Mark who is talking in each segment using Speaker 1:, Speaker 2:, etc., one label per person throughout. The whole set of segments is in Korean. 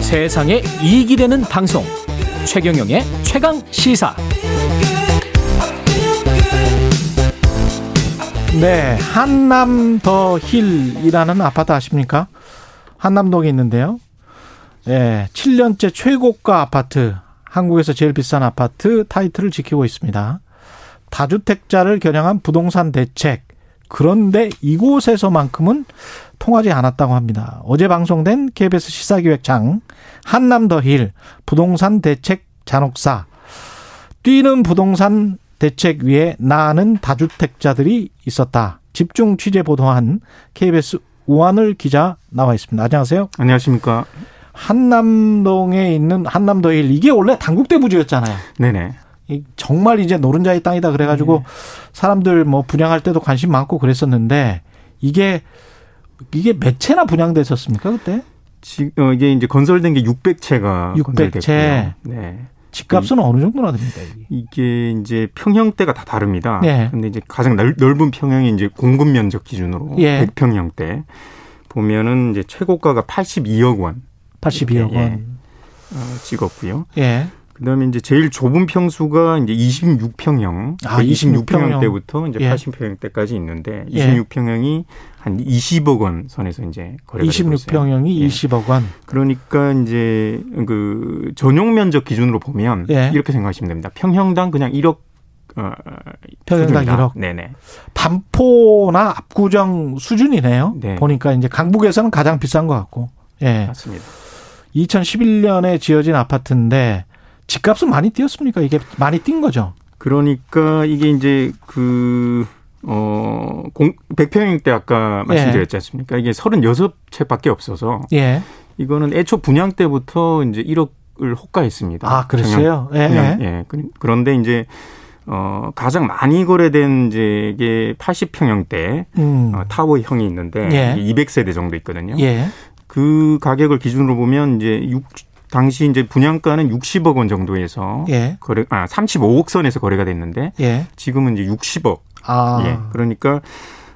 Speaker 1: 세상에 이익이 되는 방송 최경영의 최강 시사
Speaker 2: 네, 한남 더 힐이라는 아파트 아십니까? 한남동에 있는데요. 예, 7년째 최고가 아파트, 한국에서 제일 비싼 아파트 타이틀을 지키고 있습니다. 다주택자를 겨냥한 부동산 대책. 그런데 이곳에서만큼은 통하지 않았다고 합니다. 어제 방송된 KBS 시사기획장 한남 더 힐 부동산 대책 잔혹사. 뛰는 부동산 대책 위에 나는 다주택자들이 있었다. 집중 취재 보도한 KBS 우한을 기자 나와 있습니다. 안녕하세요.
Speaker 3: 안녕하십니까.
Speaker 2: 한남동에 있는 한남더힐 이게 원래 당국대 부지였잖아요.
Speaker 3: 네네.
Speaker 2: 이 정말 이제 노른자의 땅이다 그래가지고 사람들 뭐 분양할 때도 관심 많고 그랬었는데 이게 이게 몇 채나 분양됐었습니까 그때?
Speaker 3: 지금 어, 이게 이제 건설된 게 600채가
Speaker 2: 600 채.
Speaker 3: 건설됐고요. 네.
Speaker 2: 집값은 어느 정도나 됩니까? 이게?
Speaker 3: 이게 이제 평형대가 다 다릅니다.
Speaker 2: 네.
Speaker 3: 근데 이제 가장 넓- 넓은 평형이 이제 공급 면적 기준으로
Speaker 2: 예.
Speaker 3: 100평형대 보면은 이제 최고가가 82억 원
Speaker 2: 82억 원.
Speaker 3: 어, 찍었고요.
Speaker 2: 예.
Speaker 3: 그다음에 이제 제일 좁은 평수가 이제 26평형,
Speaker 2: 아, 26 평형.
Speaker 3: 때부터 이제
Speaker 2: 예.
Speaker 3: 80평형 때까지 있는데
Speaker 2: 예.
Speaker 3: 26평형이 한 20억 원 선에서 이제 거래가 되고 있어요.
Speaker 2: 26평형이
Speaker 3: 예.
Speaker 2: 20억 원.
Speaker 3: 그러니까 이제 그 전용 면적 기준으로 보면
Speaker 2: 예.
Speaker 3: 이렇게 생각하시면 됩니다. 평형당 그냥 1억 어,
Speaker 2: 평형당
Speaker 3: 수준이다.
Speaker 2: 1억.
Speaker 3: 네네.
Speaker 2: 반포나 압구정 수준이네요.
Speaker 3: 네.
Speaker 2: 보니까 이제 강북에서는 가장 비싼 것 같고. 예.
Speaker 3: 맞습니다.
Speaker 2: 2011년에 지어진 아파트인데 집값은 많이 뛰었습니까? 이게 많이 뛴 거죠.
Speaker 3: 그러니까 이게 이제 그 어, 공, 100평일 때 아까 말씀드렸지 않습니까? 이게 36채밖에 없어서
Speaker 2: 예.
Speaker 3: 이거는 애초 분양 때부터 이제 1억을 호가했습니다.
Speaker 2: 아, 그랬어요. 예.
Speaker 3: 그냥,
Speaker 2: 예.
Speaker 3: 예. 그- 그런데 이제 어, 가장 많이 거래된 이제 이게 80평형 대
Speaker 2: 음.
Speaker 3: 어, 타워형이 있는데
Speaker 2: 예.
Speaker 3: 200세대 정도 있거든요.
Speaker 2: 예.
Speaker 3: 그 가격을 기준으로 보면 이제 육 당시 이제 분양가는 60억 원 정도에서
Speaker 2: 예.
Speaker 3: 거래 아 35억 선에서 거래가 됐는데
Speaker 2: 예.
Speaker 3: 지금은 이제 60억.
Speaker 2: 아.
Speaker 3: 예. 그러니까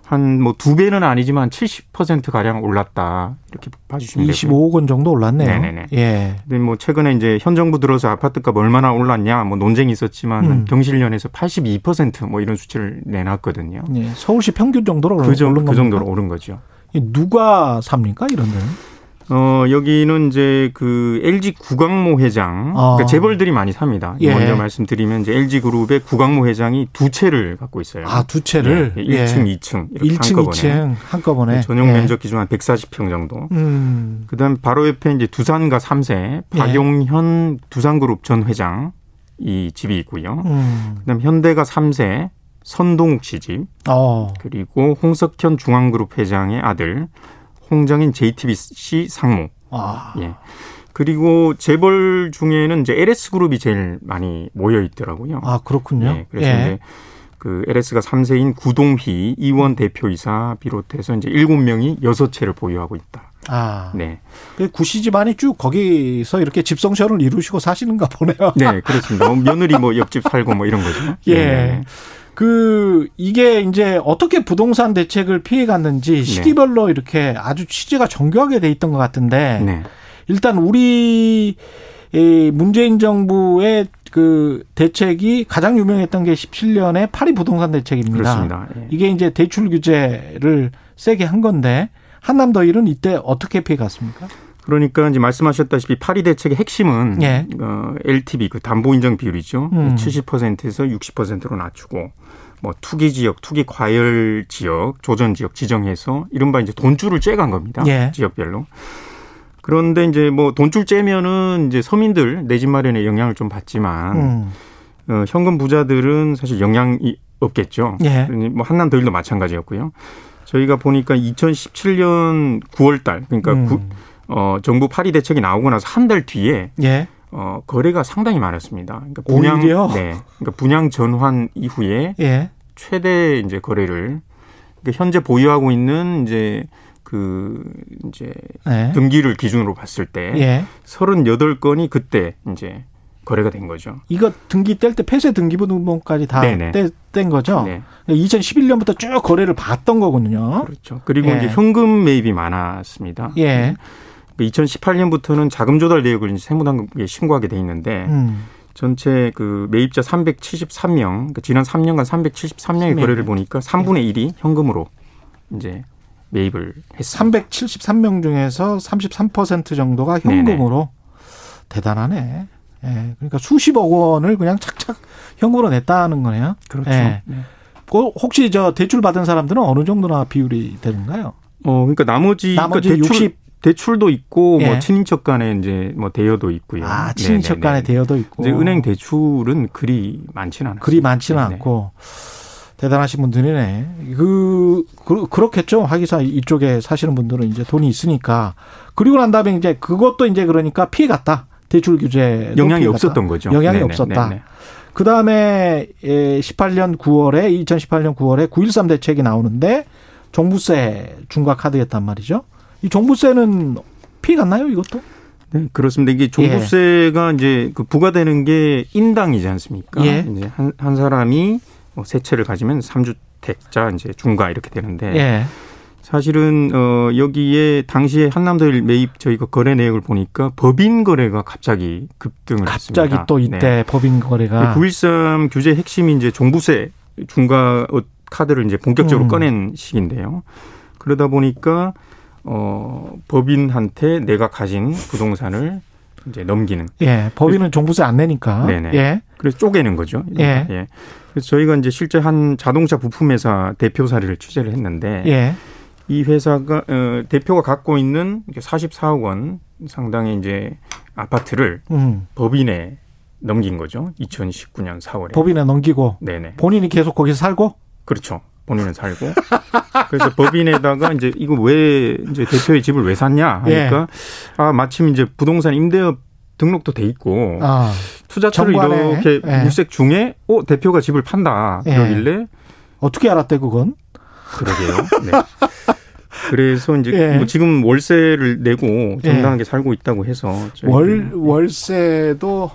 Speaker 3: 한 뭐 두 배는 아니지만 70% 가량 올랐다. 이렇게 봐 주시면 되고요.
Speaker 2: 25억 원 정도 올랐네요.
Speaker 3: 네네네.
Speaker 2: 예.
Speaker 3: 근데 뭐 최근에 이제 현 정부 들어서 아파트값 얼마나 올랐냐 뭐 논쟁이 있었지만
Speaker 2: 음.
Speaker 3: 경실련에서 82%뭐 이런 수치를 내놨거든요.
Speaker 2: 예. 서울시 평균 정도로
Speaker 3: 그,
Speaker 2: 오른
Speaker 3: 정,
Speaker 2: 겁니까?
Speaker 3: 그 정도로 오른 거죠.
Speaker 2: 이 누가 삽니까? 이런 데는.
Speaker 3: 어, 여기는 이제 그 LG 구강모 회장,
Speaker 2: 아.
Speaker 3: 그러니까 재벌들이 많이 삽니다.
Speaker 2: 예.
Speaker 3: 먼저 말씀드리면 이제 LG 그룹의 구강모 회장이 두 채를 갖고 있어요.
Speaker 2: 아, 두 채를.
Speaker 3: 네. 예, 1층, 2층 이렇게
Speaker 2: 1층,
Speaker 3: 한꺼번에. 네,
Speaker 2: 2층 한꺼번에.
Speaker 3: 전용
Speaker 2: 예.
Speaker 3: 면적 기준 한 140평 정도.
Speaker 2: 음.
Speaker 3: 그다음 바로 옆에 이제 두산가 3세 박용현 두산그룹 전 회장 이 집이 있고요.
Speaker 2: 음.
Speaker 3: 그다음 현대가 3세 선동욱 씨 집,
Speaker 2: 어.
Speaker 3: 그리고 홍석현 중앙그룹 회장의 아들 홍정인 JTBC 상무
Speaker 2: 아.
Speaker 3: 예. 그리고 재벌 중에는 이제 LS 그룹이 제일 많이 모여 있더라고요.
Speaker 2: 아, 그렇군요.
Speaker 3: 예. 그래서 이제 그 LS가 3세인 구동희 이원 대표이사 비롯해서 이제 7명이 6채를 보유하고 있다.
Speaker 2: 아.
Speaker 3: 네.
Speaker 2: 그 구씨 집안이 쭉 거기서 이렇게 집성션을 이루시고 사시는가 보네요.
Speaker 3: 네, 그렇습니다. 뭐 며느리 뭐 옆집 살고 뭐 이런 거죠.
Speaker 2: 예.
Speaker 3: 네.
Speaker 2: 그 이게 이제 어떻게 부동산 대책을 피해
Speaker 3: 네.
Speaker 2: 갔는지 시기별로 이렇게 아주 취재가 정교하게 돼 있던 것 같은데
Speaker 3: 네.
Speaker 2: 일단 우리 이 문재인 정부의 그 대책이 가장 유명했던 게 17년의 파리 부동산 대책입니다.
Speaker 3: 그렇습니다. 예.
Speaker 2: 이게 이제 대출 규제를 세게 한 건데 한남 더일은 이때 어떻게 피해 갔습니까?
Speaker 3: 그러니까 이제 말씀하셨다시피 파리 대책의 핵심은
Speaker 2: 예.
Speaker 3: 어, LTV 그 담보 인정 비율이죠. 그
Speaker 2: 음.
Speaker 3: 70%에서 60%로 낮추고 뭐 투기 지역, 투기 과열 지역, 조전 지역 지정해서 이른바 이제 돈줄을 쬐간 겁니다.
Speaker 2: 예.
Speaker 3: 지역별로. 그런데 이제 뭐 돈줄 째면은 이제 서민들 내 집 마련에 영향을 좀 받지만
Speaker 2: 음.
Speaker 3: 어, 현금 부자들은 사실 영향이 없겠죠.
Speaker 2: 예.
Speaker 3: 그러니 뭐 한남 더일도 마찬가지였고요. 저희가 보니까 2017년 9월 달 그러니까
Speaker 2: 음.
Speaker 3: 구- 어, 정부 파리 대책이 나오고 나서 한 달 뒤에
Speaker 2: 예.
Speaker 3: 어, 거래가 상당히 많았습니다. 그러니까 분양
Speaker 2: 오히려?
Speaker 3: 네. 그러니까 분양 전환 이후에
Speaker 2: 예.
Speaker 3: 최대 이제 거래를 그러니까 현재 보유하고 있는 이제 그 이제
Speaker 2: 예.
Speaker 3: 등기를 기준으로 봤을 때
Speaker 2: 예.
Speaker 3: 38건이 그때 이제 거래가 된 거죠.
Speaker 2: 이거 등기 뗄 때 폐쇄 등기부등본까지 다
Speaker 3: 네네.
Speaker 2: 뗄 뗀 거죠.
Speaker 3: 네.
Speaker 2: 2011년부터 쭉 거래를 봤던 거군요.
Speaker 3: 그렇죠. 그리고
Speaker 2: 예.
Speaker 3: 이제 현금 매입이 많았습니다.
Speaker 2: 예.
Speaker 3: 2018년부터는 자금 조달 내역을 이제 세무당국에 신고하게 돼 있는데
Speaker 2: 음.
Speaker 3: 전체 그 매입자 373명, 그러니까 지난 3년간 373명의 거래를 보니까 3분의
Speaker 2: 네.
Speaker 3: 1이 현금으로 이제 매입을 했습니다.
Speaker 2: 373명 중에서 33% 정도가 현금으로 대단하네. 예. 그러니까 수십억 원을 그냥 착착 현금으로 냈다는 거네요. 예.
Speaker 3: 네.
Speaker 2: 그 혹시 저 대출 받은 사람들은 어느 정도나 비율이 되는가요?
Speaker 3: 어, 그러니까 나머지,
Speaker 2: 나머지
Speaker 3: 그러니까
Speaker 2: 60
Speaker 3: 대출도 있고
Speaker 2: 예.
Speaker 3: 뭐 친인척 간에 이제 뭐 대여도 있고요.
Speaker 2: 아, 친인척
Speaker 3: 네네네.
Speaker 2: 간의 대여도 있고.
Speaker 3: 이제 은행 대출은 그리 많지는 않아요.
Speaker 2: 그리 많지는
Speaker 3: 네네.
Speaker 2: 않고 대단하신 분들이네. 그, 그 그렇겠죠. 하기사 이쪽에 사시는 분들은 이제 돈이 있으니까 그리고 난 다음에 이제 그것도 이제 그러니까 피해 갔다. 대출 규제
Speaker 3: 영향이 없었던 거죠.
Speaker 2: 영향이
Speaker 3: 네네,
Speaker 2: 없었다.
Speaker 3: 네네.
Speaker 2: 그 다음에 예, 18년 9월에 2018년 9월에 9.13 대책이 나오는데 종부세 중과 카드였단 말이죠. 이 종부세는 피해 갔나요? 이것도?
Speaker 3: 네, 그렇습니다. 이게 종부세가 이제 그 부과되는 게 인당이지 않습니까?
Speaker 2: 예.
Speaker 3: 이제 한, 한 사람이 뭐 세 채를 가지면 삼주택자 이제 중과 이렇게 되는데
Speaker 2: 예.
Speaker 3: 사실은 어 여기에 당시에 한남도일 매입 저희가 거래 내역을 보니까 법인 거래가 갑자기 급등을 했습니다.
Speaker 2: 갑자기 또 이때
Speaker 3: 네.
Speaker 2: 법인 거래가
Speaker 3: 9.13 규제 핵심이 이제 종부세 중과 어, 카드를 이제 본격적으로
Speaker 2: 음.
Speaker 3: 꺼낸 시기인데요. 그러다 보니까 어 법인한테 내가 가진 부동산을 이제 넘기는
Speaker 2: 예, 법인은 종부세 안 내니까.
Speaker 3: 네네.
Speaker 2: 예.
Speaker 3: 그래서 쪼개는 거죠.
Speaker 2: 예.
Speaker 3: 그래서 저희가 이제 실제 한 자동차 부품 회사 대표 사례를 취재를 했는데
Speaker 2: 예.
Speaker 3: 이 회사가 어, 대표가 갖고 있는 이제 44억 원 상당의 이제 아파트를
Speaker 2: 음.
Speaker 3: 법인에 넘긴 거죠. 2019년 4월에.
Speaker 2: 법인에 넘기고
Speaker 3: 네네.
Speaker 2: 본인이 계속 거기서 살고
Speaker 3: 그렇죠. 본인은 살고. 그래서 법인에다가 이제 이거 왜 이제 대표의 집을 왜 샀냐
Speaker 2: 예.
Speaker 3: 하니까 아 마침 이제 부동산 임대업 등록도 돼 있고
Speaker 2: 아,
Speaker 3: 투자처를
Speaker 2: 정관에,
Speaker 3: 이렇게
Speaker 2: 예.
Speaker 3: 물색 중에 어 대표가 집을 판다
Speaker 2: 예.
Speaker 3: 그러길래
Speaker 2: 어떻게 알았대 그건?
Speaker 3: 그러게요. 네. 그래서 이제
Speaker 2: 예.
Speaker 3: 뭐 지금 월세를 내고 정당하게 살고 있다고 해서 저희들이 네.
Speaker 2: 월 월세도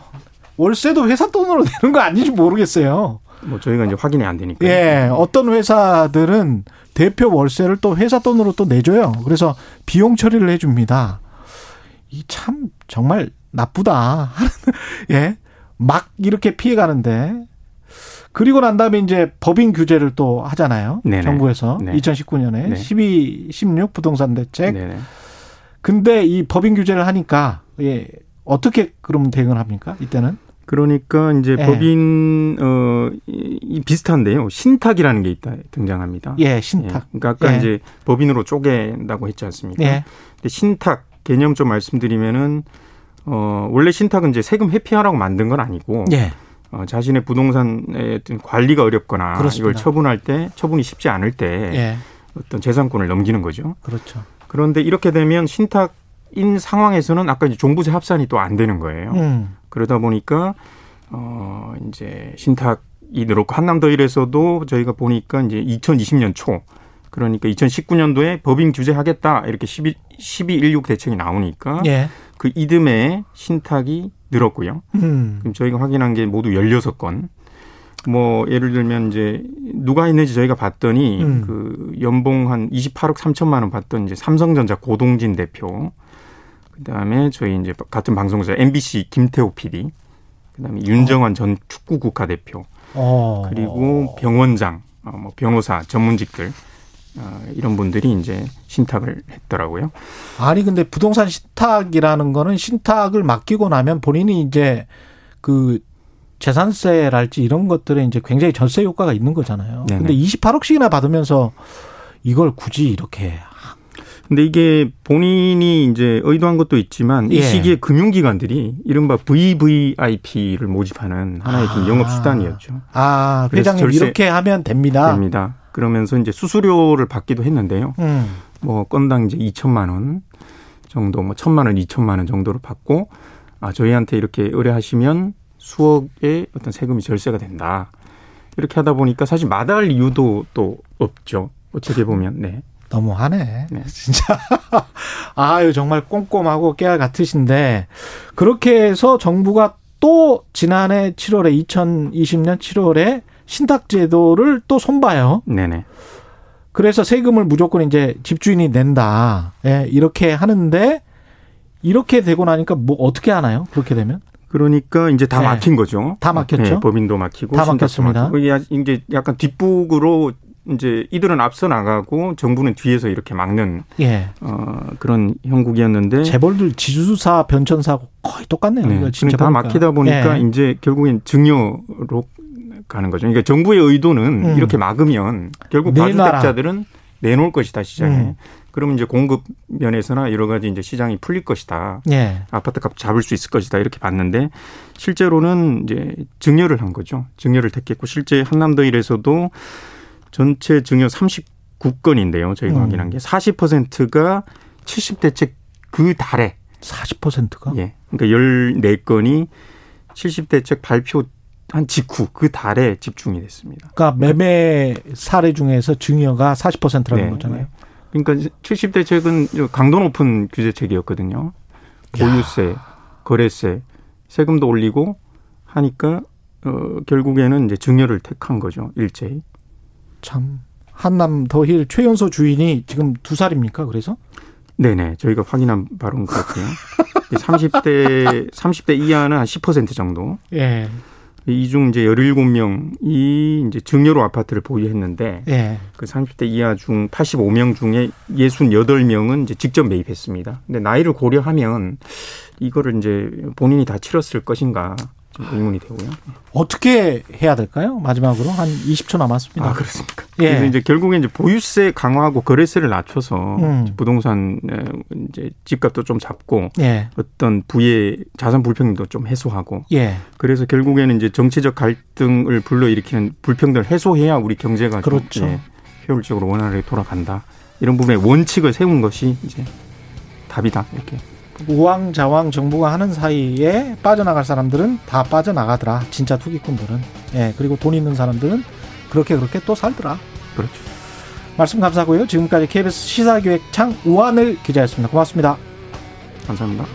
Speaker 2: 월세도 회사 돈으로 내는 거 아닌지 모르겠어요.
Speaker 3: 뭐 저희가 이제 확인이 안 되니까
Speaker 2: 예, 어떤 회사들은 대표 월세를 또 회사 돈으로 또 내줘요. 그래서 비용 처리를 해줍니다. 이 참 정말 나쁘다. 예, 막 이렇게 피해가는데 그리고 난 다음에 이제 법인 규제를 또 하잖아요.
Speaker 3: 네네.
Speaker 2: 정부에서
Speaker 3: 네.
Speaker 2: 2019년에
Speaker 3: 네.
Speaker 2: 12, 16 부동산 대책.
Speaker 3: 네네.
Speaker 2: 근데 이 법인 규제를 하니까 예, 어떻게 그럼 대응을 합니까? 이때는
Speaker 3: 그러니까 이제
Speaker 2: 예.
Speaker 3: 법인 어이 이 비슷한데요. 신탁이라는 게 있다 등장합니다.
Speaker 2: 예, 신탁.
Speaker 3: 그러니까 아까
Speaker 2: 예.
Speaker 3: 이제 법인으로 쪼갠다고 했지 않습니까?
Speaker 2: 예,
Speaker 3: 근데 신탁 개념 좀 말씀드리면은 어 원래 신탁은 이제 세금 회피하라고 만든 건 아니고
Speaker 2: 예,
Speaker 3: 어, 자신의 부동산의 어떤 관리가 어렵거나
Speaker 2: 그렇습니다.
Speaker 3: 이걸 처분할 때 처분이 쉽지 않을 때
Speaker 2: 예,
Speaker 3: 어떤 재산권을 넘기는 거죠.
Speaker 2: 그렇죠.
Speaker 3: 그런데 이렇게 되면 신탁인 상황에서는 아까 이제 종부세 합산이 또 안 되는 거예요.
Speaker 2: 음.
Speaker 3: 그러다 보니까 어 이제 신탁이 늘었고 한남더일에서도 저희가 보니까 이제 2020년 초 그러니까 2019년도에 법인 규제하겠다 이렇게 12 1216 대책이 나오니까
Speaker 2: 예.
Speaker 3: 그 이듬해 신탁이 늘었고요.
Speaker 2: 음.
Speaker 3: 그럼 저희가 확인한 게 모두 16건. 뭐 예를 들면 이제 누가 있는지 저희가 봤더니
Speaker 2: 음.
Speaker 3: 그 연봉 한 28억 3천만 원 받던 이제 삼성전자 고동진 대표. 그다음에 저희 이제 같은 방송사 MBC 김태호 PD. 그다음에 윤정환 전 축구 국가대표.
Speaker 2: 어.
Speaker 3: 그리고 병원장, 어, 뭐 변호사, 전문직들 어, 이런 분들이 이제 신탁을 했더라고요.
Speaker 2: 아니 근데 부동산 신탁이라는 거는 신탁을 맡기고 나면 본인이 이제 그 재산세랄지 이런 것들에 이제 굉장히 절세 효과가 있는 거잖아요.
Speaker 3: 네네.
Speaker 2: 근데 28억씩이나 받으면서 이걸 굳이 이렇게
Speaker 3: 근데 이게 본인이 이제 의도한 것도 있지만
Speaker 2: 예.
Speaker 3: 이 시기에 금융기관들이 이른바 VVIP를 모집하는 하나의 좀
Speaker 2: 아.
Speaker 3: 영업 수단이었죠.
Speaker 2: 아,
Speaker 3: 그래서
Speaker 2: 회장님
Speaker 3: 절세-
Speaker 2: 이렇게 하면 됩니다.
Speaker 3: 됩니다. 그러면서 이제 수수료를 받기도 했는데요.
Speaker 2: 음.
Speaker 3: 뭐 건당 이제 2천만 원 정도, 뭐 천만 원, 2천만 원 정도를 받고 아 저희한테 이렇게 의뢰하시면 수억의 어떤 세금이 절세가 된다. 이렇게 하다 보니까 사실 마다할 이유도 또 없죠. 어떻게 보면 네.
Speaker 2: 너무하네.
Speaker 3: 네.
Speaker 2: 진짜. 아유, 정말 꼼꼼하고 깨알 같으신데. 그렇게 해서 정부가 또 지난해 7월에, 2020년 7월에 신탁제도를 또 손봐요.
Speaker 3: 네네.
Speaker 2: 그래서 세금을 무조건 이제 집주인이 낸다. 예, 이렇게 하는데 이렇게 되고 나니까 뭐 어떻게 하나요? 그렇게 되면?
Speaker 3: 그러니까 이제 다
Speaker 2: 네.
Speaker 3: 막힌 거죠.
Speaker 2: 다 막혔죠.
Speaker 3: 네, 법인도 막히고
Speaker 2: 다
Speaker 3: 신탁도
Speaker 2: 막혔습니다.
Speaker 3: 막히고 이게 이제 약간 뒷북으로 이제 이들은 앞서 나가고 정부는 뒤에서 이렇게 막는
Speaker 2: 예.
Speaker 3: 어, 그런 형국이었는데
Speaker 2: 재벌들 지주사 변천사하고 거의 똑같네요.
Speaker 3: 네,
Speaker 2: 이거
Speaker 3: 지금
Speaker 2: 진짜
Speaker 3: 다
Speaker 2: 보니까.
Speaker 3: 막히다 보니까
Speaker 2: 예.
Speaker 3: 이제 결국엔 증여로 가는 거죠. 그러니까 정부의 의도는
Speaker 2: 음.
Speaker 3: 이렇게 막으면 결국
Speaker 2: 내놔라.
Speaker 3: 다주택자들은 내놓을 것이다 시장에.
Speaker 2: 음.
Speaker 3: 그러면 이제 공급 면에서나 여러 가지 이제 시장이 풀릴 것이다.
Speaker 2: 예.
Speaker 3: 아파트 값 잡을 수 있을 것이다 이렇게 봤는데 실제로는 이제 증여를 한 거죠. 증여를 택했고 실제 한남더 일에서도 전체 증여 39건인데요. 저희가
Speaker 2: 음.
Speaker 3: 확인한 게 40%가 70대책 그 달에
Speaker 2: 40%가
Speaker 3: 예. 그러니까 14건이 70대책 발표한 직후 그 달에 집중이 됐습니다.
Speaker 2: 그러니까 매매 사례 중에서 증여가 40%라는
Speaker 3: 네,
Speaker 2: 거잖아요.
Speaker 3: 그러니까 70대책은 강도 높은 규제책이었거든요. 보유세, 거래세, 세금도 올리고 하니까 어, 결국에는 이제 증여를 택한 거죠. 일제히.
Speaker 2: 참 한남 더힐 최연소 주인이 지금 두 살입니까? 그래서
Speaker 3: 네네. 저희가 확인한 바로는 그렇고요. 30대, 30대 이하는 한 10% 정도.
Speaker 2: 예,
Speaker 3: 이 중 이제 17명이 이제 증여로 아파트를 보유했는데
Speaker 2: 예,
Speaker 3: 그 30대 이하 중 85명 중에 68명은 이제 직접 매입했습니다. 근데 나이를 고려하면 이거를 이제 본인이 다 치렀을 것인가 좀 의문이 되고요.
Speaker 2: 어떻게 해야 될까요? 마지막으로 한 20초 남았습니다.
Speaker 3: 아, 그렇습니까?
Speaker 2: 예.
Speaker 3: 그래서 이제 결국엔 이제 보유세 강화하고 거래세를 낮춰서
Speaker 2: 음.
Speaker 3: 부동산 에, 이제 집값도 좀 잡고
Speaker 2: 예,
Speaker 3: 어떤 부의 자산 불평등도 좀 해소하고
Speaker 2: 예,
Speaker 3: 그래서 결국에는 이제 정치적 갈등을 불러일으키는 불평등을 해소해야 우리 경제가 좀,
Speaker 2: 그렇죠.
Speaker 3: 예, 효율적으로 원활하게 돌아간다. 이런 부분에 원칙을 세운 것이 이제 답이다. 이렇게.
Speaker 2: 우왕좌왕 정부가 하는 사이에 빠져나갈 사람들은 다 빠져나가더라. 진짜 투기꾼들은 예, 그리고 돈 있는 사람들은 그렇게 그렇게 또 살더라.
Speaker 3: 그렇죠.
Speaker 2: 말씀 감사하고요. 지금까지 KBS 시사기획창 우한을 기자였습니다. 고맙습니다.
Speaker 3: 감사합니다.